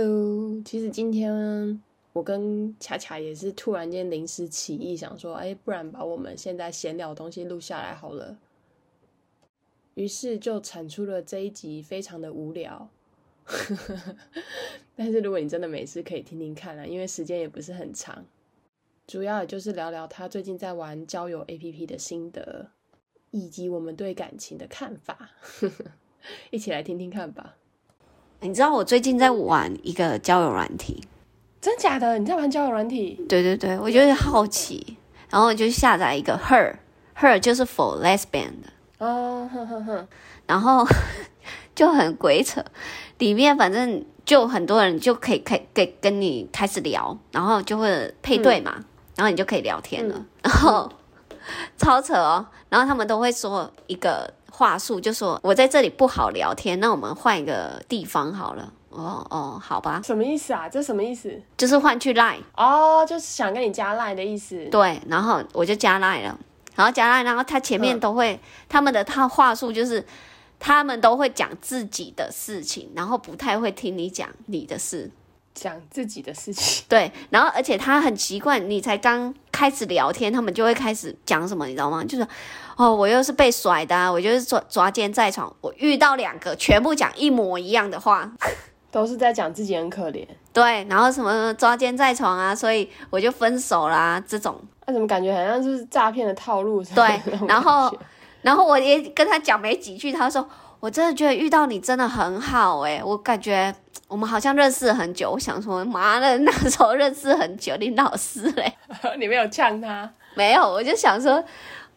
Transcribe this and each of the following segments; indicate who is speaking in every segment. Speaker 1: Hello，其实今天我跟恰恰也是突然间临时起意，想说，哎，不然把我们现在闲聊的东西录下来好了。于是就产出了这一集，非常的无聊。 但是如果你真的没事，可以听听看啊，因为时间也不是很长。主要也就是聊聊他最近在玩交友 APP 的心得，以及我们对感情的看法。 一起来听听看吧。
Speaker 2: 你知道我最近在玩一个交友软体，
Speaker 1: 真假的？你在玩交友软体？
Speaker 2: 对对对，我就是好奇，然后我就下载一个 Her，Her 就是 for lesbian 的，
Speaker 1: 哦，哼哼哼，
Speaker 2: 然后 就很鬼扯，里面反正就很多人就可以可以可以跟你开始聊，然后就会配对嘛，然后你就可以聊天了，然后 超扯哦，然后他们都会说一个话术，就说我在这里不好聊天，那我们换一个地方好了。哦哦，好吧，
Speaker 1: 什么意思啊？这什么意思？
Speaker 2: 就是换去 Line。
Speaker 1: 哦，就是想跟你加赖的意思。
Speaker 2: 对，然后我就加赖了，然后加赖，然后他前面
Speaker 1: 嗯
Speaker 2: 都会、他们的他话术就是他们都会讲自己的事情，然后不太会听你讲你的事。
Speaker 1: 讲自己的事情。
Speaker 2: 对，然后而且他很奇怪，你才刚开始聊天，他们就会开始讲什么，你知道吗？就是哦，我又是被甩的、啊，我就是抓抓奸在床，我遇到两个全部讲一模一样的话，
Speaker 1: 都是在讲自己很可怜。
Speaker 2: 对，然后什么抓奸在床啊，所以我就分手啦、这种。
Speaker 1: 那、啊怎么感觉好像是诈骗的套路？是吗
Speaker 2: 对
Speaker 1: 那种
Speaker 2: 然后
Speaker 1: 感觉
Speaker 2: 然后我也跟他讲没几句，他说我真的觉得遇到你真的很好诶、我感觉我们好像认识很久。我想说，妈的，那时候认识很久，你老师嘞？
Speaker 1: 你没有呛他，
Speaker 2: 没有，我就想说，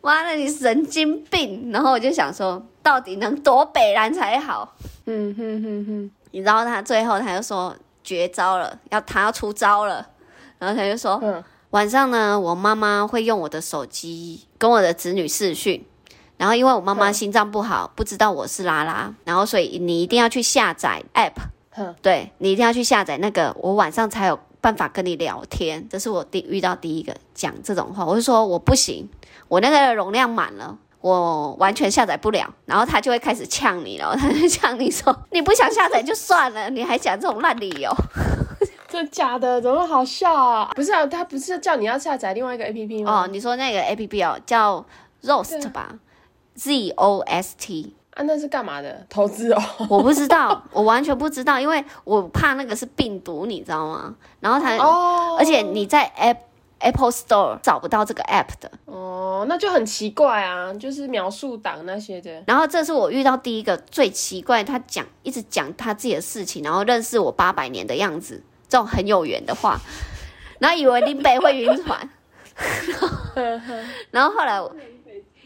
Speaker 2: 妈的，你神经病。然后我就想说，到底能多北蓝才好？
Speaker 1: 嗯哼哼哼，
Speaker 2: 你知道他最后他就说绝招了，要他要出招了，然后他就说，
Speaker 1: 嗯，
Speaker 2: 晚上呢，我妈妈会用我的手机跟我的子女视讯，然后因为我妈妈
Speaker 1: 嗯
Speaker 2: 心脏不好，不知道我是拉拉，然后所以你一定要去下载 app，
Speaker 1: 哼，
Speaker 2: 对你一定要去下载那个，我晚上才有办法跟你聊天。这是我第遇到第一个讲这种话，我就说我不行，我那个容量满了。我完全下载不了，然后他就会开始呛你了，他就呛你说你不想下载就算了，你还讲这种烂理由。
Speaker 1: 真的假的？怎么那么好笑啊？不是啊，他不是叫你要下载另外一个 A P P 吗？
Speaker 2: 哦，你说那个 A P P 哦，叫
Speaker 1: 对
Speaker 2: Roast
Speaker 1: 啊
Speaker 2: 吧，Z O S T，
Speaker 1: 啊，那是干嘛的？投资哦。
Speaker 2: 我不知道，我完全不知道，因为我怕那个是病毒，你知道吗？然后它，
Speaker 1: 哦，
Speaker 2: 嗯而且你在 App Apple Store 找不到这个 App 的。
Speaker 1: 哦，那就很奇怪啊，就是描述党那些的。
Speaker 2: 然后这是我遇到第一个最奇怪，他讲一直讲他自己的事情，然后认识我八百年的样子，这种很有缘的话，然后以为林北会晕船， 然后然后后来我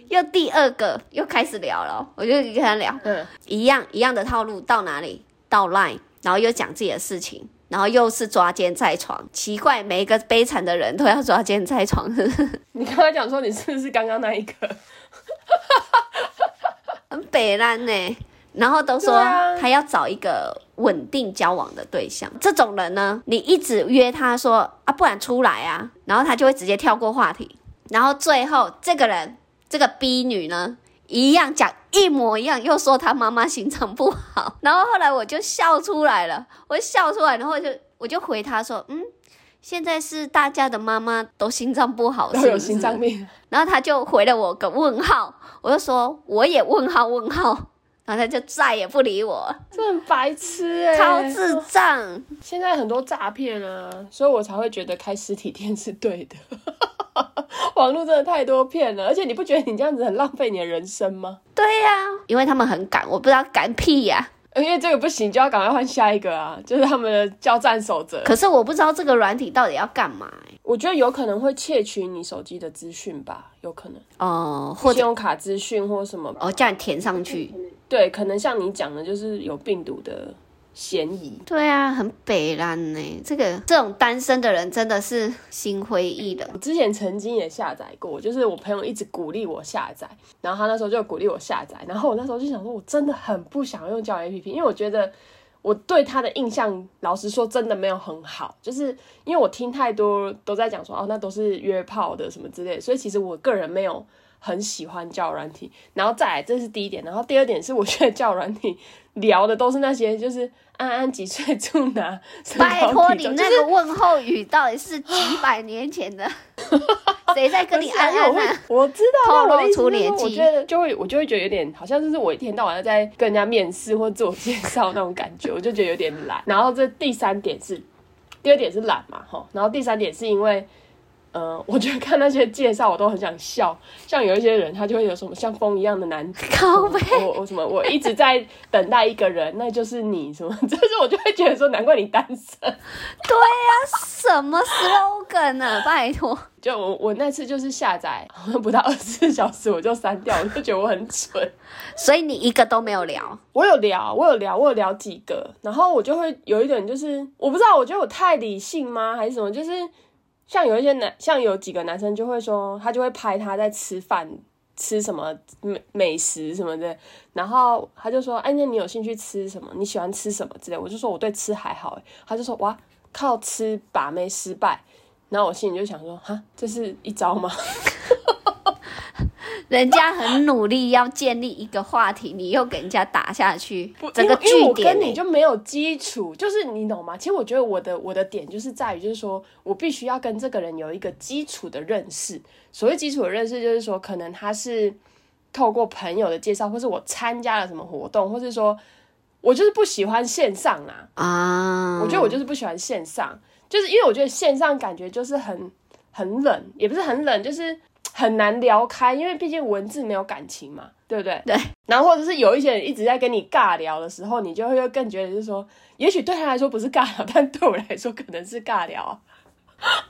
Speaker 2: 又第二个又开始聊了，我就跟他聊，
Speaker 1: 嗯，
Speaker 2: 一样一样的套路，到哪里到 Line，然后又讲自己的事情，然后又是抓奸在床，奇怪，每一个悲惨的人都要抓奸在床，
Speaker 1: 你刚才讲说你是不是刚刚那一个？
Speaker 2: 很北烂呢。然后都
Speaker 1: 对
Speaker 2: 说
Speaker 1: 啊
Speaker 2: 他要找一个稳定交往的对象，这种人呢，你一直约他说啊，不然出来啊，然后他就会直接跳过话题。然后最后这个人，这个 B 女呢，一样讲一模一样，又说她妈妈心脏不好。 然后后来我就笑出来了，我笑出来，然后我就我就回他说，嗯，现在是大家的妈妈都心脏不好，
Speaker 1: 都
Speaker 2: 哦是
Speaker 1: 有
Speaker 2: 不是
Speaker 1: 心脏病。
Speaker 2: 然后他就回了我个问号，我就说我也问号问号，然后他就再也不理我，
Speaker 1: 这很白痴哎、
Speaker 2: 超智障。
Speaker 1: 现在很多诈骗啊，所以我才会觉得开实体店是对的。 网络真的太多骗了，而且你不觉得你这样子很浪费你的人生吗？
Speaker 2: 对呀、因为他们很赶，我不知道赶屁呀、
Speaker 1: 因为这个不行，就要赶快换下一个啊，就是他们的交战守则。
Speaker 2: 可是我不知道这个软体到底要干嘛、欸
Speaker 1: 我觉得有可能会窃取你手机的资讯吧，有可能
Speaker 2: 哦，或
Speaker 1: 信
Speaker 2: 者
Speaker 1: 用卡资讯或什么。
Speaker 2: 哦叫你填上去。
Speaker 1: 对，可能像你讲的，就是有病毒的嫌疑。
Speaker 2: 对啊，很北烂呢、这个这种单身的人真的是心灰意冷。
Speaker 1: 我之前曾经也下载过，就是我朋友一直鼓励我下载，然后他那时候就鼓励我下载，然后我那时候就想说，我真的很不想用交友 APP，因为我觉得我对他的印象，老实说真的没有很好，就是因为我听太多都在讲说，哦，那都是约炮的什么之类的，所以其实我个人没有。很喜欢交友软体，然后再来这是第一点，然后第二点是我觉得交友软体 聊的都是那些就是安安几岁住哪， 身
Speaker 2: 拜
Speaker 1: 高
Speaker 2: 托
Speaker 1: 体
Speaker 2: 你
Speaker 1: 重
Speaker 2: 那
Speaker 1: 就是
Speaker 2: 个问候语到底是几百年前 的？谁在跟你
Speaker 1: 不是啊
Speaker 2: 安
Speaker 1: 因为我
Speaker 2: 安
Speaker 1: 会
Speaker 2: 啊？
Speaker 1: 我知道啊，
Speaker 2: 透露
Speaker 1: 我的意思
Speaker 2: 出
Speaker 1: 就是
Speaker 2: 年
Speaker 1: 我
Speaker 2: 纪
Speaker 1: 觉得就会我就会觉得有点好像就是我一天到晚在跟人家面试或自我介绍那种感觉，我就觉得有点懒。然后这第三点是，第二点是懒嘛，吼，然后第三点是因为。呃，我觉得看那些介绍，我都很想笑。像有一些人，他就会有什么像风一样的男子，
Speaker 2: 靠背，
Speaker 1: 我我什么，我一直在等待一个人，那就是你什么， 就是我就会觉得说，难怪你单身。
Speaker 2: 对呀、什么 slogan 啊？ 拜托，
Speaker 1: 就我我那次就是下载 好像不到二十四小时我就删掉，我就觉得我很蠢。
Speaker 2: 所以你一个都没有聊，
Speaker 1: 我有聊，我有聊，我有聊几个，然后我就会有一点就是我不知道，我觉得我太理性吗还是什么？就是像有一些男，像有几个男生就会说，他就会拍他在吃饭。吃什么美美食什么的，然后他就说：“哎，那你有兴趣吃什么？你喜欢吃什么之类？”我就说：“我对吃还好。”欸他就说：“哇，靠吃把妹失败。”然后我心里就想说：“哈，这是一招吗？”
Speaker 2: 人家很努力要建立一个话题，你又给人家打下去
Speaker 1: 不，
Speaker 2: 整
Speaker 1: 因
Speaker 2: 个
Speaker 1: 为因为
Speaker 2: 据
Speaker 1: 我
Speaker 2: 点
Speaker 1: 跟你
Speaker 2: 欸、
Speaker 1: 就没有基础，就是你懂吗？其实我觉得我的我的点就是在于，就是说我必须要跟这个人有一个基础的认识。所谓基础的认识，就是说可能他是透过朋友的介绍，或是我参加了什么活动，或是说我就是不喜欢线上啦、
Speaker 2: 啊，
Speaker 1: 我觉得我就是不喜欢线上，就是因为我觉得线上感觉就是很很冷，也不是很冷，就是很难聊开，因为毕竟文字没有感情嘛，对不对？
Speaker 2: 对。
Speaker 1: 然后或者是有一些人一直在跟你尬聊的时候，你就会更觉得就是说，也许对他来说不是尬聊，但对我来说可能是尬聊啊。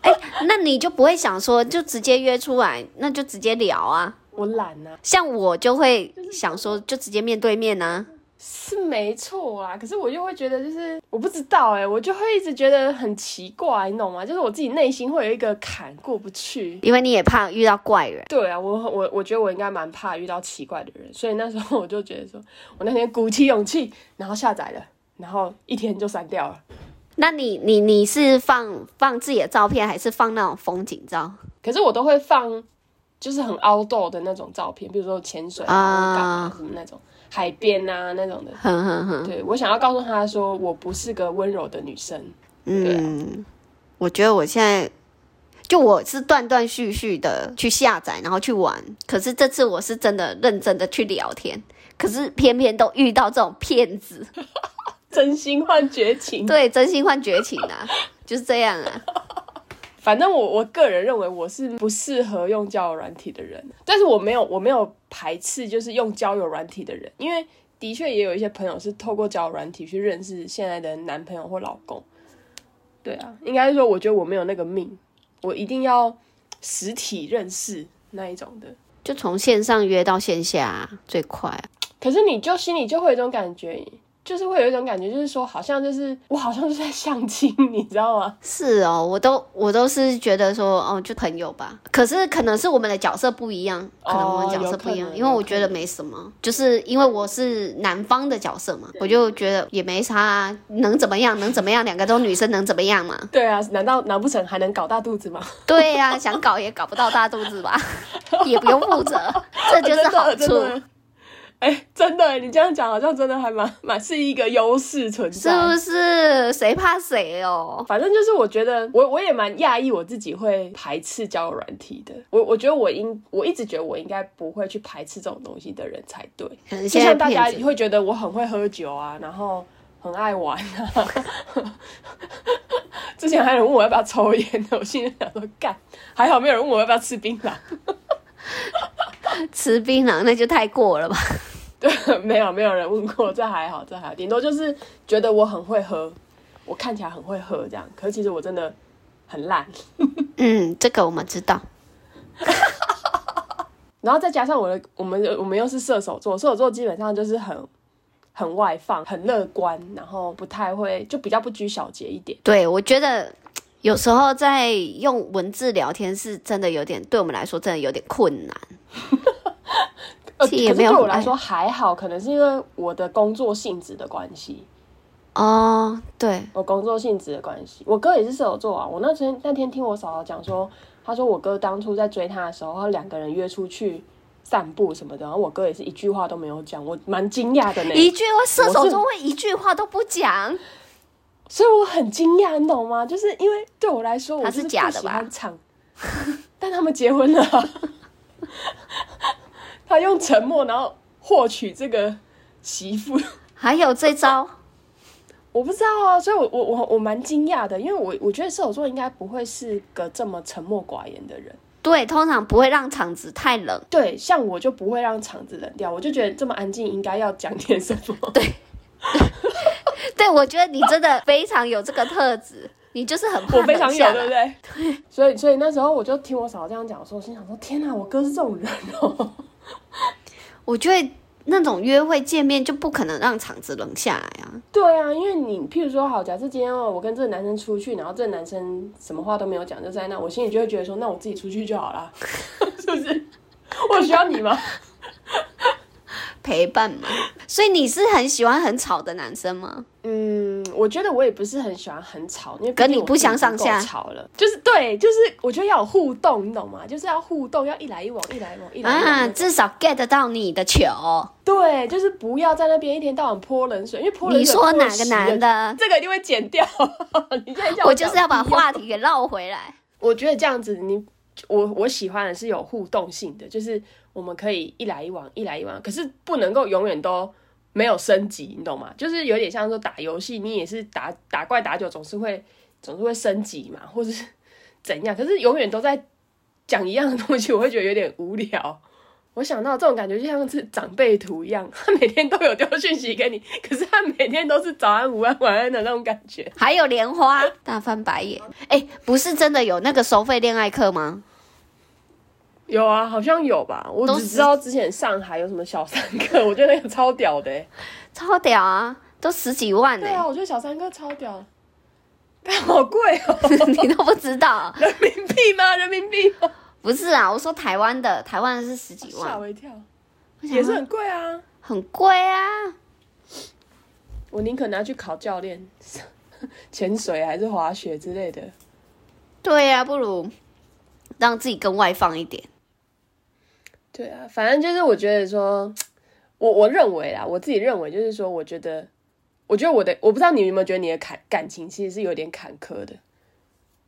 Speaker 2: 哎、那你就不会想说就直接约出来，那就直接聊啊。
Speaker 1: 我懒呐、啊，
Speaker 2: 像我就会想说，就直接面对面啊。
Speaker 1: 是没错啊，可是我就会觉得就是我不知道哎、我就会一直觉得很奇怪，你懂吗？就是我自己内心会有一个坎过不去。
Speaker 2: 因为你也怕遇到怪人。
Speaker 1: 对啊，我我我觉得我应该蛮怕遇到奇怪的人，所以那时候我就觉得说，我那天鼓起勇气，然后下载了，然后一天就删掉了。
Speaker 2: 那你你你是放放自己的照片，还是放那种风景照
Speaker 1: 可是我都会放，就是很 outdoor 的那种照片，比如说潜水啊、
Speaker 2: 啊
Speaker 1: 干嘛什么那种，海边啊那种的。
Speaker 2: 哼哼哼，
Speaker 1: 对，我想要告诉他说，我不是个温柔的女生。对啊
Speaker 2: 嗯，我觉得我现在就我是断断续续的去下载，然后去玩。可是这次我是真的认真的去聊天，可是偏偏都遇到这种骗 子，
Speaker 1: 真心换绝情，
Speaker 2: 对，真心换绝情啊，就是这样啊。
Speaker 1: 反正我我个人认为我是不适合用交友软体的人，但是我没有我没有排斥就是用交友软体的人，因为的确也有一些朋友是透过交友软体去认识现在的男朋友或老公。对啊，应该是说我觉得我没有那个命，我一定要实体认识那一种的。
Speaker 2: 就从线上约到线下啊、最快啊、
Speaker 1: 可是你就心里就会有一种感觉，就是会有一种感觉，就是说好像就是我好像是在相亲，你知道吗？
Speaker 2: 是哦，我都我都是觉得说，哦，就朋友吧。可是可能是我们的角色不一样，可能我们角色不一
Speaker 1: 哦有可
Speaker 2: 样，
Speaker 1: 能
Speaker 2: 因为我觉得没什么，就是因为我是男方的角色嘛，我就觉得也没啥、啊，能怎么样？能怎么样？两个都女生能怎么 样嘛？
Speaker 1: 对啊，难道难不成还能搞大肚子吗？
Speaker 2: 对呀、想搞也搞不到大肚 子吧，也不用负责，这就是好
Speaker 1: 哦真的
Speaker 2: 处，。
Speaker 1: 哎、真的，你这样讲好像真的还蛮 蛮是一个优势存
Speaker 2: 是
Speaker 1: 在。
Speaker 2: 不是？谁怕谁哦？
Speaker 1: 反正就是我觉得我我也蛮讶异我自己会排斥交友软体的。我我觉得我应我一直觉得我应该不会去排斥这种东西的人才对。
Speaker 2: 可能
Speaker 1: 就
Speaker 2: 现在
Speaker 1: 像大家
Speaker 2: 骗子
Speaker 1: 会觉得我很会喝酒啊，然后很爱玩啊。 之前还有人问我要不要抽烟呢，我心里想说干，还好没有人问我要不要吃槟榔。
Speaker 2: 吃槟榔，那就太过了吧。
Speaker 1: 对， 没有没有人问过，这还好，这还好，顶多就是觉得我很会喝，我看起来很会喝这样，可是其实我真的很烂。
Speaker 2: 嗯，这个我们知道。
Speaker 1: 然后再加上我的，我们我们又是射手座，射手座基本上就是很很外放、很乐观，然后不太会，就比较不拘小节一点。
Speaker 2: 对，我觉得有时候在用文字聊天是真的有点，对我们来说真的有点困难。
Speaker 1: 呃，可
Speaker 2: 其实也
Speaker 1: 是
Speaker 2: 没有
Speaker 1: 对我
Speaker 2: 很爱
Speaker 1: 来说还好，可能是因为我的工作性质的关系。
Speaker 2: 哦，对，
Speaker 1: 我工作性质的关系，我哥也是射手座啊。我那天那天听我嫂嫂讲说，她说我哥当初在追她的时候，他两个人约出去散步什么的，然后我哥也是一句话都没有讲，我蛮惊讶的呢。
Speaker 2: 一句我射
Speaker 1: 我
Speaker 2: 手
Speaker 1: 是
Speaker 2: 座会一句话都不讲，
Speaker 1: 所以我很惊讶，你懂吗？就是因为对我来说，我
Speaker 2: 他
Speaker 1: 就是不
Speaker 2: 假的
Speaker 1: 喜
Speaker 2: 吧
Speaker 1: 欢唱，但他们结婚了啊、 他用沉默然后获取这个媳妇，
Speaker 2: 还有这招，
Speaker 1: 我不知道啊，所以我我我我蛮惊讶的，因为我我觉得射手座应该不会是个这么沉默寡言的人。
Speaker 2: 对，通常不会让场子太冷。
Speaker 1: 对，像我就不会让场子冷掉，我就觉得这么安静应该要讲点什 么。对，
Speaker 2: 对，我觉得你真的非常有这个特质，你就是很怕
Speaker 1: 我非
Speaker 2: 冷
Speaker 1: 常
Speaker 2: 下
Speaker 1: 有，对不
Speaker 2: 来。
Speaker 1: 对？对，所以所以那时候我就听我嫂这样讲的时候，我心想说：天哪，我哥是这种人哦。
Speaker 2: 我觉得那种约会见面就不可能让场子冷下来啊。
Speaker 1: 对啊，因为你譬如说，好，假设今天哦，我跟这个男生出去，然后这个男生什么话都没有讲，就在那，我心里就会觉得说，那我自己出去就好啦， 是不是？我需要你吗？
Speaker 2: 陪伴嘛。所以你是很喜欢很吵的男生吗？
Speaker 1: 嗯，我觉得我也不是很喜欢很吵，因为毕
Speaker 2: 跟
Speaker 1: 竟
Speaker 2: 你
Speaker 1: 我
Speaker 2: 不
Speaker 1: 自己
Speaker 2: 相
Speaker 1: 已经
Speaker 2: 上
Speaker 1: 够
Speaker 2: 下
Speaker 1: 吵了，就是对，就是我觉得要有互动，你懂吗？就是要互动，要一来一往，一来一往，一来一往那
Speaker 2: 啊，
Speaker 1: 种。
Speaker 2: 至少 get 到你的球。
Speaker 1: 对，就是不要在那边一天到晚泼冷水，因为泼冷水
Speaker 2: 你说
Speaker 1: 泼了
Speaker 2: 哪个
Speaker 1: 十
Speaker 2: 男
Speaker 1: 人？
Speaker 2: 的？
Speaker 1: 这个一定会剪掉。 你现在叫
Speaker 2: 我就是要把
Speaker 1: 讲屁哦
Speaker 2: 话题给绕回来。
Speaker 1: 我觉得这样子你，我我喜欢的是有互动性的，就是我们可以一来一往，一来一往，可是不能够永远都没有升级，你懂吗？就是有点像说打游戏，你也是打打怪打久，总是会总是会升级嘛，或者是怎样，可是永远都在讲一样的东西，我会觉得有点无聊。我想到这种感觉就像是长辈图一样，他每天都有丢讯息给你，可是他每天都是早安、午安、晚安的那种感觉。
Speaker 2: 还有莲花， 大翻白眼。哎、不是真的有那个收费恋爱课吗？
Speaker 1: 有啊，好像有吧。我
Speaker 2: 都
Speaker 1: 只
Speaker 2: 是
Speaker 1: 知道之前上海有什么小三哥， 我觉得那个超屌的、欸。
Speaker 2: 超屌啊，都十几万呢、
Speaker 1: 对啊，我觉得小三哥超屌，但好贵哦、
Speaker 2: 你都不知道？
Speaker 1: 人民币吗？人民币吗？
Speaker 2: 不是啊，我说台湾的，台湾的是十几
Speaker 1: 吓
Speaker 2: 万，
Speaker 1: 我一跳，
Speaker 2: 我想
Speaker 1: 也是很贵啊。
Speaker 2: 很贵啊。
Speaker 1: 我宁可拿去考教练， 潜水还是滑雪之类的。
Speaker 2: 对啊，不如让自己更外放一点。
Speaker 1: 对啊，反正就是我觉得说，我我认为啦，我自己认为就是说，我觉得，我觉得我的，我不知道你有没有觉得你的感感情其实是有点坎坷的，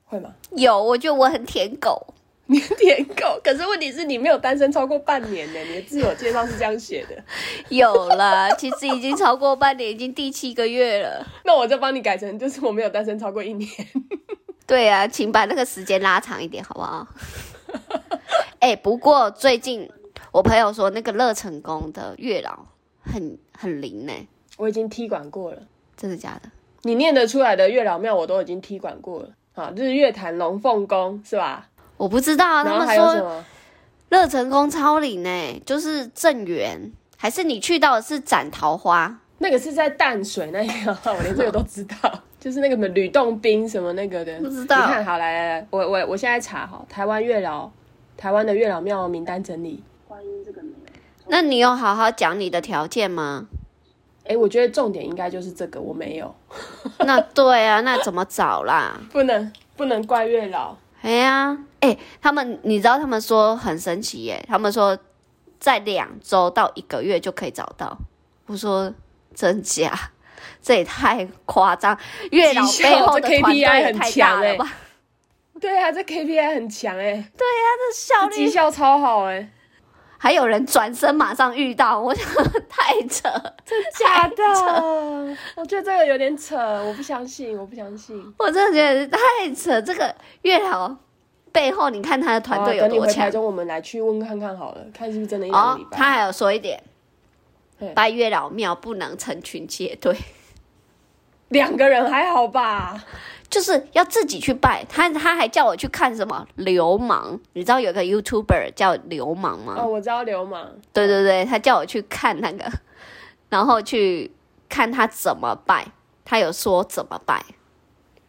Speaker 1: 会吗？
Speaker 2: 有，我觉得我很舔狗。
Speaker 1: 你 舔狗，可是问题是你没有单身超过半年呢，你的自我介绍是这样写的，
Speaker 2: 有啦，其实已经超过半年，已经第七个月了。
Speaker 1: 那我就帮你改成就是我没有单身超过一年。
Speaker 2: 对啊，请把那个时间拉长一点，好不好？ 哎、不过最近我朋友说那个乐成宫的月老很很灵呢、
Speaker 1: 我已经踢馆过了，
Speaker 2: 真的假的？
Speaker 1: 你念得出来的月老庙我都已经踢馆过了。好，日月潭龙凤宫是吧？
Speaker 2: 我不知道啊，
Speaker 1: 然
Speaker 2: 他
Speaker 1: 后
Speaker 2: 们
Speaker 1: 还有什
Speaker 2: 说
Speaker 1: 么？
Speaker 2: 乐成宫超灵呢、就是正缘，还是你去到的是斩桃花？
Speaker 1: 那个是在淡水那一个，我连这个都知道， 就是那个什么吕洞宾什么那个的，
Speaker 2: 不知道
Speaker 1: 你看好来来来，我我我现在查好台湾月老，台湾的月老庙名单整理。
Speaker 2: 那你有好好讲你的条件吗？
Speaker 1: 哎，我觉得重点应该就是这个，我没有，
Speaker 2: 那对啊，那怎么找啦？
Speaker 1: 不能不能怪月老。
Speaker 2: 哎呀，哎、他们你知道他们说很神奇耶、他们说在两周到一个月就可以找到。我说真假？ 这也太夸张！月老
Speaker 1: 绩效
Speaker 2: 背后
Speaker 1: 这
Speaker 2: 的团队
Speaker 1: KPI
Speaker 2: 也
Speaker 1: 很
Speaker 2: 太大
Speaker 1: 强欸
Speaker 2: 了
Speaker 1: 耶
Speaker 2: 吧？
Speaker 1: 对啊，这 KPI 很强哎、 欸，
Speaker 2: 这效
Speaker 1: 这绩
Speaker 2: 率
Speaker 1: 效超好哎、 欸，
Speaker 2: 还有人转身马上遇到，我想太扯，
Speaker 1: 假 的，我觉得这个有点扯，我不相信，我不相信。
Speaker 2: 我真的觉得太扯。这个月老背后，你看他的团
Speaker 1: 好啊
Speaker 2: 队有
Speaker 1: 等你
Speaker 2: 多
Speaker 1: 回台
Speaker 2: 强？
Speaker 1: 中，我们来去问看看好了，看是不是真的一两个
Speaker 2: 哦
Speaker 1: 礼，拜。
Speaker 2: 他还有说一点
Speaker 1: 嘿，
Speaker 2: 拜月老庙不能成群结队。
Speaker 1: 两个人还好吧？
Speaker 2: 就是要自己去拜他，他还叫我去看什么流氓，你知道有个 YouTuber 叫流氓吗？
Speaker 1: 哦，我知道流氓，
Speaker 2: 对对对，他叫我去看那个，然后去看他怎么拜，他有说怎么拜，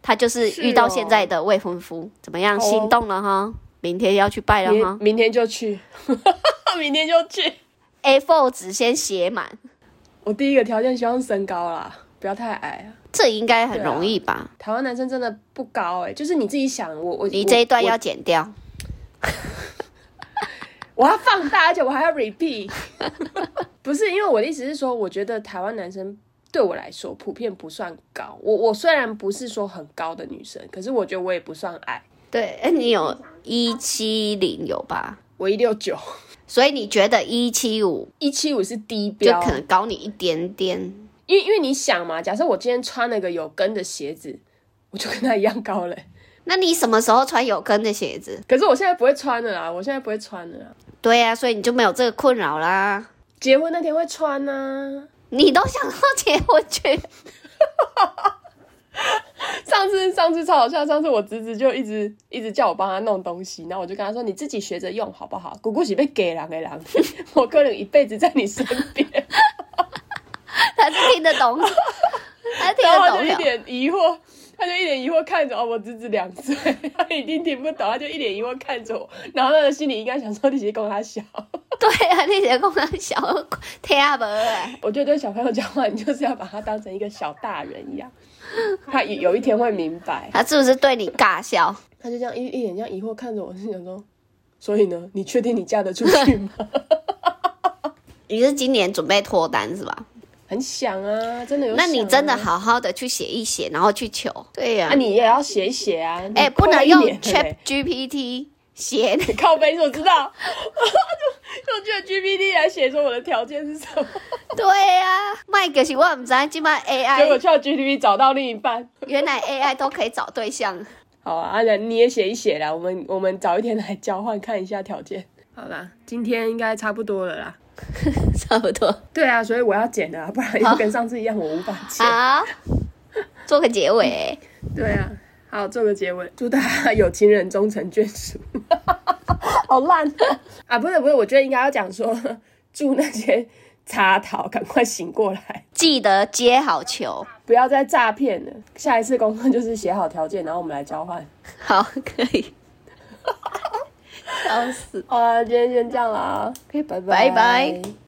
Speaker 2: 他就是
Speaker 1: 是
Speaker 2: 遇到
Speaker 1: 哦
Speaker 2: 现在的未婚夫，怎么样，
Speaker 1: 哦
Speaker 2: 心动了哈，明天要去拜了
Speaker 1: 明
Speaker 2: 哈
Speaker 1: 明天就去， 明天就去。
Speaker 2: ，A4 纸先写满，
Speaker 1: 我第一个条件希望身高啦，不要太矮啊。
Speaker 2: 这应该很
Speaker 1: 对啊
Speaker 2: 容易吧？
Speaker 1: 台湾男生真的不欸高哎、就是你自己想，我我
Speaker 2: 你这一段
Speaker 1: 我
Speaker 2: 要剪掉，
Speaker 1: 我要放大，而且我还要 repeat。不是，因为我的意思是说，我觉得台湾男生对我来说普遍不算高。我我虽然不是说很高的女生，可是我觉得我也不算矮，
Speaker 2: 对，哎，你有一七零有吧？
Speaker 1: 我一六九，
Speaker 2: 所以你觉得一七五
Speaker 1: 一七五是低
Speaker 2: 就
Speaker 1: 标
Speaker 2: 可，能高你一点点？
Speaker 1: 因为因为你想嘛，假设我今天穿了个有跟的鞋子，我就跟他一样高了。
Speaker 2: 那你什么时候穿有跟的鞋子？
Speaker 1: 可是我现在不会穿了啦，我现在不会穿了啦。
Speaker 2: 对呀、所以你就没有这个困扰啦。
Speaker 1: 结婚那天会穿啊呢、
Speaker 2: 你都想到结婚去，
Speaker 1: 上次上次超好笑，上次我侄子就一直一直叫我帮他弄东西，然后我就跟他说：“你自己学着用好不好？”姑姑是被给狼给狼， 我可能一辈子在你身边。
Speaker 2: 他是听得 懂，他是听
Speaker 1: 然后他
Speaker 2: 得
Speaker 1: 就
Speaker 2: 懂
Speaker 1: 一
Speaker 2: 的。
Speaker 1: 脸疑惑，他就一脸疑惑看着哦，我侄子两岁，他一定听不懂，他就一脸疑惑看着我，然后他的心里应该想说你是供他小。
Speaker 2: 对啊，那些工人小听不哎，
Speaker 1: 我觉得对小朋友讲话，你就是要把他当成一个小大人一样，他有有一天会明白。
Speaker 2: 他是不是对你尬笑？
Speaker 1: 他就这样一一脸这样疑惑看着我，心想说：所以呢，你确定你嫁得出去吗？
Speaker 2: 你是今年准备脱单是吧？
Speaker 1: 很想啊，真的有、
Speaker 2: 那你真的，好好的去写一写，然后去求。对呀、
Speaker 1: 啊，你也要写一写啊。
Speaker 2: 哎、
Speaker 1: 你
Speaker 2: 不能
Speaker 1: 快一
Speaker 2: 用
Speaker 1: 点
Speaker 2: Chat
Speaker 1: 嘞
Speaker 2: GPT 写那
Speaker 1: 靠背，我知道， 就就 GPT 来写说我的条件是什么，
Speaker 2: 对呀、麦可是我唔知道，今麦
Speaker 1: 结果
Speaker 2: AI
Speaker 1: 叫 GPT 找到另一半。
Speaker 2: 原来 AI 都可以找对象。
Speaker 1: 好啊，阿然你也写一写啦，我们我们早一天来交换看一下条件。好啦，今天应该差不多了啦。
Speaker 2: 差不多。
Speaker 1: 对啊，所以我要剪了啊，不然又跟上次一样，我无法剪。
Speaker 2: 好，做个结尾。
Speaker 1: 对啊，好，做个结尾，祝大家有情人终成眷属。 好烂啊！啊，不是不是，我觉得应该要讲说， 祝那些插头赶快醒过来，
Speaker 2: 记得接好球。
Speaker 1: 不要再诈骗了。下一次功课就是写好条件，然后我们来交换。
Speaker 2: 好，可 以。笑死。
Speaker 1: 好啊，今天先这样啦，拜
Speaker 2: 拜拜